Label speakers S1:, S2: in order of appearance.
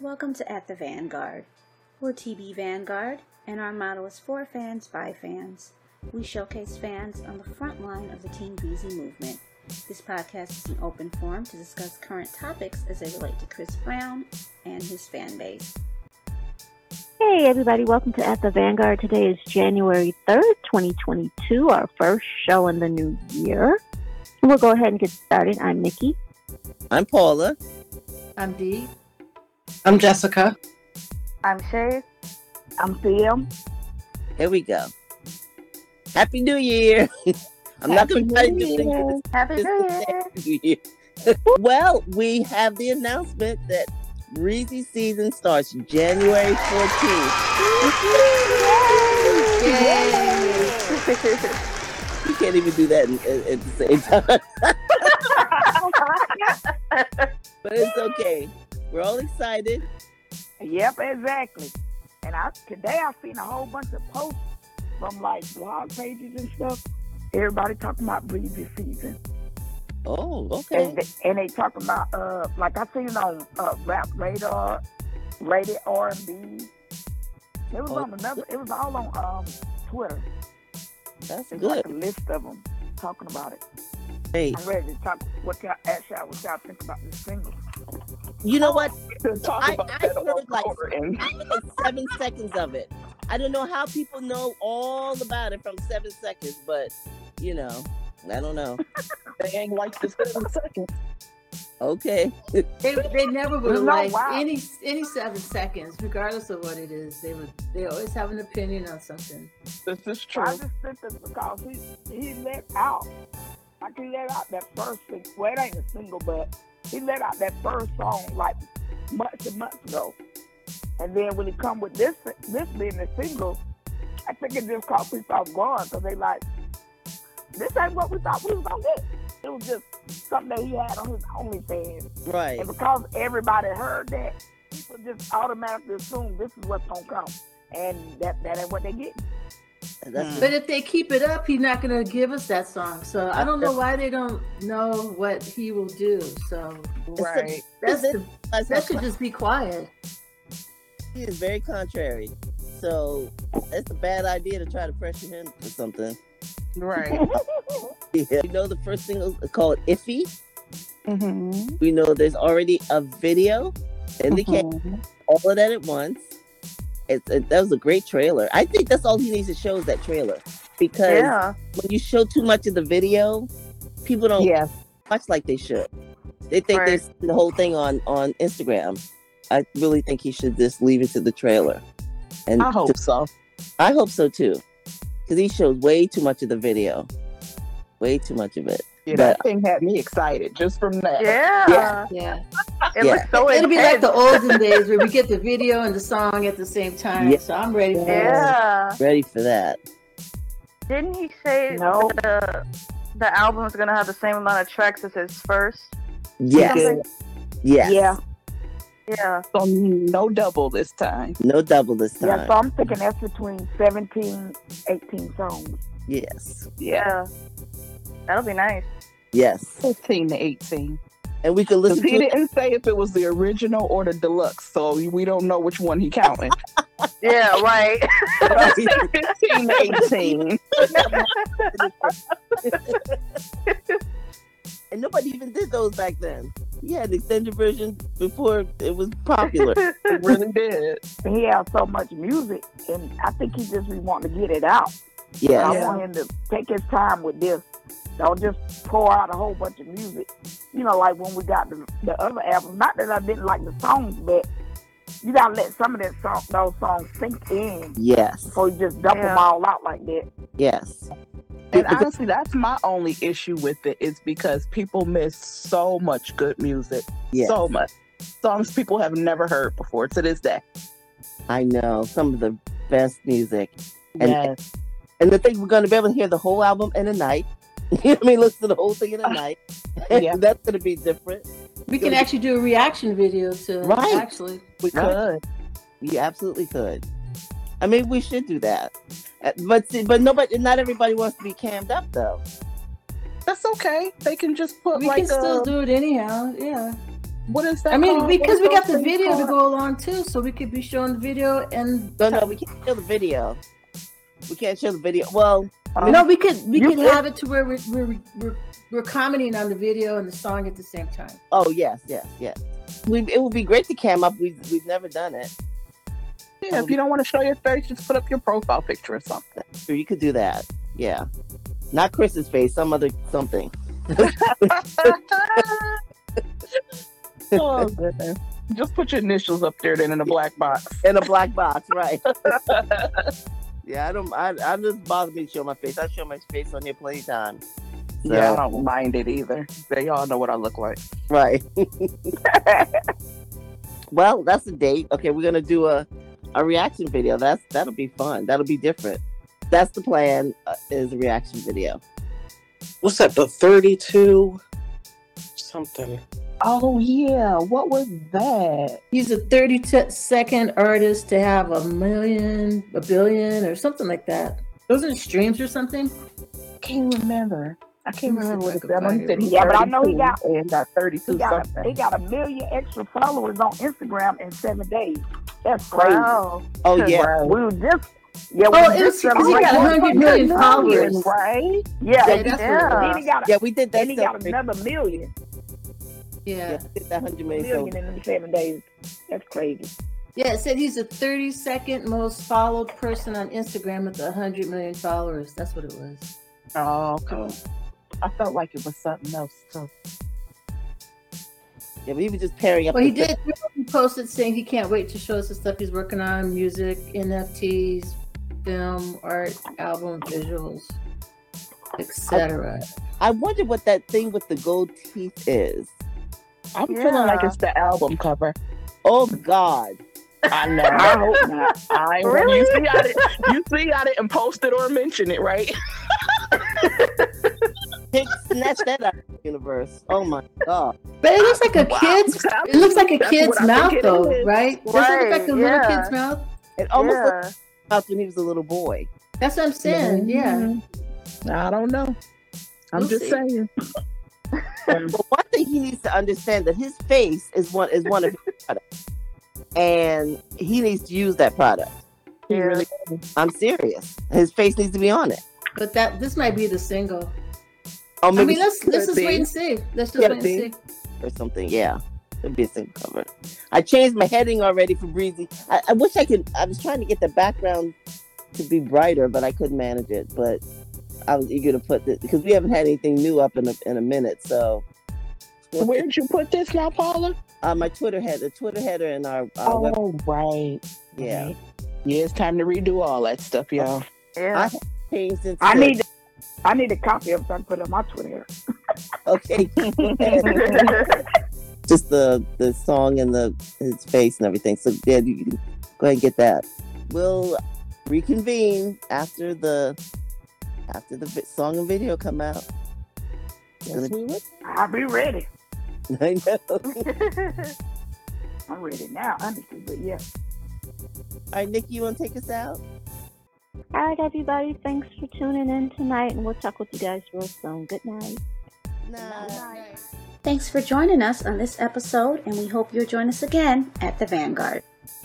S1: Welcome to At the Vanguard. We're TB Vanguard, and our motto is for fans by fans. We showcase fans on the front line of the Team BZ movement. This podcast is an open forum to discuss current topics as they relate to Chris Brown and his fan base.
S2: Hey, everybody, welcome to At the Vanguard. Today is January 3rd, 2022, our first show in the new year. We'll go ahead and get started. I'm Nikki.
S3: I'm Paula.
S4: I'm Dee.
S5: I'm Jessica.
S6: I'm Shay.
S7: I'm Sam.
S3: Here we go. Happy New Year. I'm not
S2: Happy
S3: going to try to
S2: New
S3: do things.
S2: Year.
S6: Happy
S3: This
S6: New
S3: is
S6: Year!
S3: Yeah. well, we have the announcement that Breezy season starts January 14th. You can't even do that in- in- at the same time, but it's okay. We're all excited.
S7: yep, exactly. And I today I seen a whole bunch of posts from like blog pages and stuff. Everybody talking about breezy season,
S3: Oh, okay.
S7: and they, and they talking about uh like I seen it on uh, Rap Radar, Rated R and B. It was
S3: Oh.
S7: on another. It was all on um Twitter.
S3: That's
S7: It's
S3: good.
S7: like a list of them talking about it.
S3: Hey,
S7: I'm ready to talk. What y'all ask y'all what y'all think about this single?
S3: you know what?
S7: talk
S3: I- about I that on heard, like, Twitter
S7: and
S3: I heard like seven seconds of it. I don't know how people know all about it from seven seconds, but you know, I don't know.
S5: They ain't like this seven seconds.
S3: Okay.
S4: They, they never would
S7: No,
S4: have liked
S7: wow.
S4: any any seven seconds, regardless of what it is. They would they always have an opinion on something.
S5: This is
S7: I
S5: true.
S7: just think this because he he let out. Like he let out that first sing well it ain't a single but he let out that first song like months and months ago. And then when he come with this this being a single, I think it just caught people off guard because they like, this ain't what we thought we was gonna get. It was just something that he had on his OnlyFans.
S3: Right.
S7: And because everybody heard that, people just automatically assume this is what's gonna come. And that, that ain't what they get.
S3: That's
S4: But if they keep it up, he's not going to give us that song. So I don't know why they don't know what he will do. So
S3: Right.
S4: that's the,
S3: that's
S4: that should just be quiet.
S3: He is very contrary. So it's a bad idea to try to pressure him for something.
S5: Right.
S3: Yeah. We know the first single is called Iffy.
S5: Mm-hmm.
S3: We know there's already a video indicating
S7: Mm-hmm.
S3: all of that at once. It's it, that was a great trailer. I think that's all he needs to show is that trailer because
S5: Yeah.
S3: when you show too much of the video, people don't
S5: Yes.
S3: watch like they should. They think they
S5: Right.
S3: see the whole thing on on Instagram. I really think he should just leave it to the trailer. And
S5: I hope so.
S3: I hope so too, because he shows way too much of the video, way too much of it.
S5: Yeah,
S3: But-
S5: that thing had me excited just from that.
S6: Yeah.
S4: Yeah,
S6: It
S3: Yeah.
S6: was so
S4: it'll be like
S6: intense.
S4: the olden days where we get the video and the song at the same time.
S3: Yeah.
S4: So I'm ready for that.
S6: Yeah.
S3: Ready for that?
S6: Didn't he say
S7: No.
S6: the the album is gonna have the same amount of tracks as his first?
S3: Yes, yes.
S7: Yeah.
S6: Yeah.
S5: So no double this time.
S3: No double this time.
S7: Yeah, so I'm thinking that's between 17, 18 songs.
S3: Yes,
S5: Yeah.
S6: That'll be nice.
S3: yes.
S5: 15 to 18.
S3: And we could
S5: 'Cause
S3: listen
S5: he
S3: to it.
S5: didn't say if it was the original or the deluxe, so we don't know which one he counting.
S6: Yeah. Right.
S5: But I say 15 to 18.
S3: and nobody even did those back then. He had an extended version before it was popular.
S5: It really did.
S7: He has so much music, and I think he just be wanting to get it out.
S3: yeah.
S7: I want him to take his time with this. Don't just pour out a whole bunch of music. You know, like when we got the, the other album. Not that I didn't like the songs, but you gotta let some of that song, those songs sink in
S3: Yes.
S7: before you just dump
S6: Yeah.
S7: them all out like that.
S3: Yes.
S5: And honestly, that's my only issue with it is because people miss so much good music.
S3: Yes.
S5: So much. Songs people have never heard before to this day.
S3: I know some of the best music. And- And the thing we're going to be able to hear the whole album in a night. I mean, listen to the whole thing in a night.
S5: yeah.
S3: That's going to be different.
S4: We can actually do a reaction video to it,
S3: Right.
S4: actually.
S3: We could.
S5: Good.
S3: You absolutely could. I mean, we should do that. Uh, But see, but nobody, not everybody wants to be cammed up though.
S5: That's okay. They can just put
S4: We
S5: like uh,
S4: can still
S5: a,
S4: do it anyhow. Yeah.
S5: What is that?
S4: I mean,
S5: called?
S4: because we
S5: What
S4: got
S5: are
S4: the
S5: those things
S4: video to
S5: called?
S4: go along too, so we could be showing the video and
S3: No, no, we can't show the video. We can't show the video. Well,
S4: no, we could we
S3: You
S4: could
S3: could-
S4: have it to where we're we're, we're we're commenting on the video and the song at the same time.
S3: oh yes, yes, yes. We, it would be great to cam up. We've we've never done it.
S5: Yeah, if you don't want to show your face, just put up your profile picture or something.
S3: Sure, you could do that. Yeah, not Chris's face, some other something.
S5: Oh, goodness. Just put your initials up there, then in a black box.
S3: in a black box, right? yeah, I don't. I, I just bother me to show my face. I show my face on here plenty of times. So,
S5: Yeah, I don't mind it either. They all know what I look like.
S3: Right. well, that's the date. Okay, we're gonna do a a reaction video. That's that'll be fun. That'll be different. That's the plan. Uh, is a reaction video.
S8: What's that? The thirty-two something.
S5: Oh yeah, what was that?
S4: He's a 30 t- second artist to have a million, a billion, or something like that. Those are streams or something.
S5: Can't remember. I can't
S4: Let me see
S5: remember
S4: if
S5: what
S4: I
S5: it
S4: can find
S5: said. I know he said
S4: it.
S5: he's
S7: Yeah, but I know he
S5: 32
S7: got-
S5: and got
S7: He
S5: thirty-two
S7: got, a, he
S5: something.
S7: got a million extra followers on Instagram in seven days. That's crazy.
S6: Wow.
S3: Oh yeah,
S5: Right.
S7: We were just yeah.
S4: Oh,
S7: we
S4: it was
S7: just
S4: because he got
S7: celebrated-
S4: 100 million followers.
S5: right?
S7: Yeah,
S4: Yeah, that's what
S7: Then
S4: it
S7: he
S4: was.
S7: got
S3: yeah. We did that.
S7: then he got
S3: celebration.
S7: another million,
S4: Yeah.
S3: Yeah, we did that hundred million.
S7: million in seven days. That's crazy.
S4: Yeah, it said he's the 32nd most followed person on Instagram with 100 million followers. That's what it was.
S5: Oh, okay. I felt like it was something else too.
S3: so- yeah, we were just pairing up.
S4: Well, he
S3: the-
S4: did he posted saying he can't wait to show us the stuff he's working on music, NFTs, film, art, album, visuals, etc.
S3: I wonder what that thing with the gold teeth is.
S5: I'm feeling like
S6: Yeah.
S5: it's the album cover.
S3: Oh God.
S5: I know. I hope
S7: not.
S5: I
S6: Really?
S5: you see I didn't you see I didn't post it or mention it, right?
S3: Pick- Snatch that out of the universe. Oh my God.
S4: But it looks like a
S5: Wow.
S4: kid's.
S5: That's-
S4: It looks like a
S5: that's
S4: kid's
S5: what I
S4: mouth,
S5: think it
S4: though,
S5: is.
S4: right? Doesn't it look
S6: Right,
S4: like a little
S6: yeah.
S4: kid's mouth?
S3: It almost looked
S6: yeah.
S3: like when he was a little boy.
S4: That's what I'm saying. Yeah.
S5: Mm-hmm. I don't know. I'm
S4: We'll
S5: just
S4: see.
S5: saying.
S3: But one thing he needs to understand that his face is one is one of his products, and he needs to use that product.
S5: He
S6: Yeah.
S5: really-
S3: I'm serious. His face needs to be on it.
S4: But that this might be the single.
S3: Oh,
S4: I
S3: maybe
S4: mean, let's let's
S5: could
S4: just
S5: be.
S4: wait and see. Let's just
S3: Could
S4: wait and
S3: be.
S4: see.
S3: or something. Yeah, it'd be a single cover. I changed my heading already for Breezy. I, I wish I could. I was trying to get the background to be brighter, but I couldn't manage it. But I was eager to put this because we haven't had anything new up in a, in a minute. So
S5: Where'd you put this now, Paula?
S3: uh, my Twitter head, the Twitter header, and our uh, web,
S5: Oh right.
S3: yeah,
S5: Yeah, it's time to redo all that stuff, y'all.
S6: Yeah.
S3: changed into
S7: I need I need a copy of it. so I can put it on my Twitter.
S3: okay. just the the song and the his face and everything. So yeah, you can go ahead and get that. We'll reconvene after the after the vi- song and video come out.
S5: Yes, we would.
S7: I'll be ready.
S3: I know. All
S7: I'm ready now, honestly. But yeah.
S3: right, Nikki, you want to take us out?
S2: All right, everybody. Thanks for tuning in tonight, and we'll talk with you guys real soon. Good night.
S3: Nah.
S1: Thanks for joining us on this episode, and we hope you'll join us again at the Vanguard.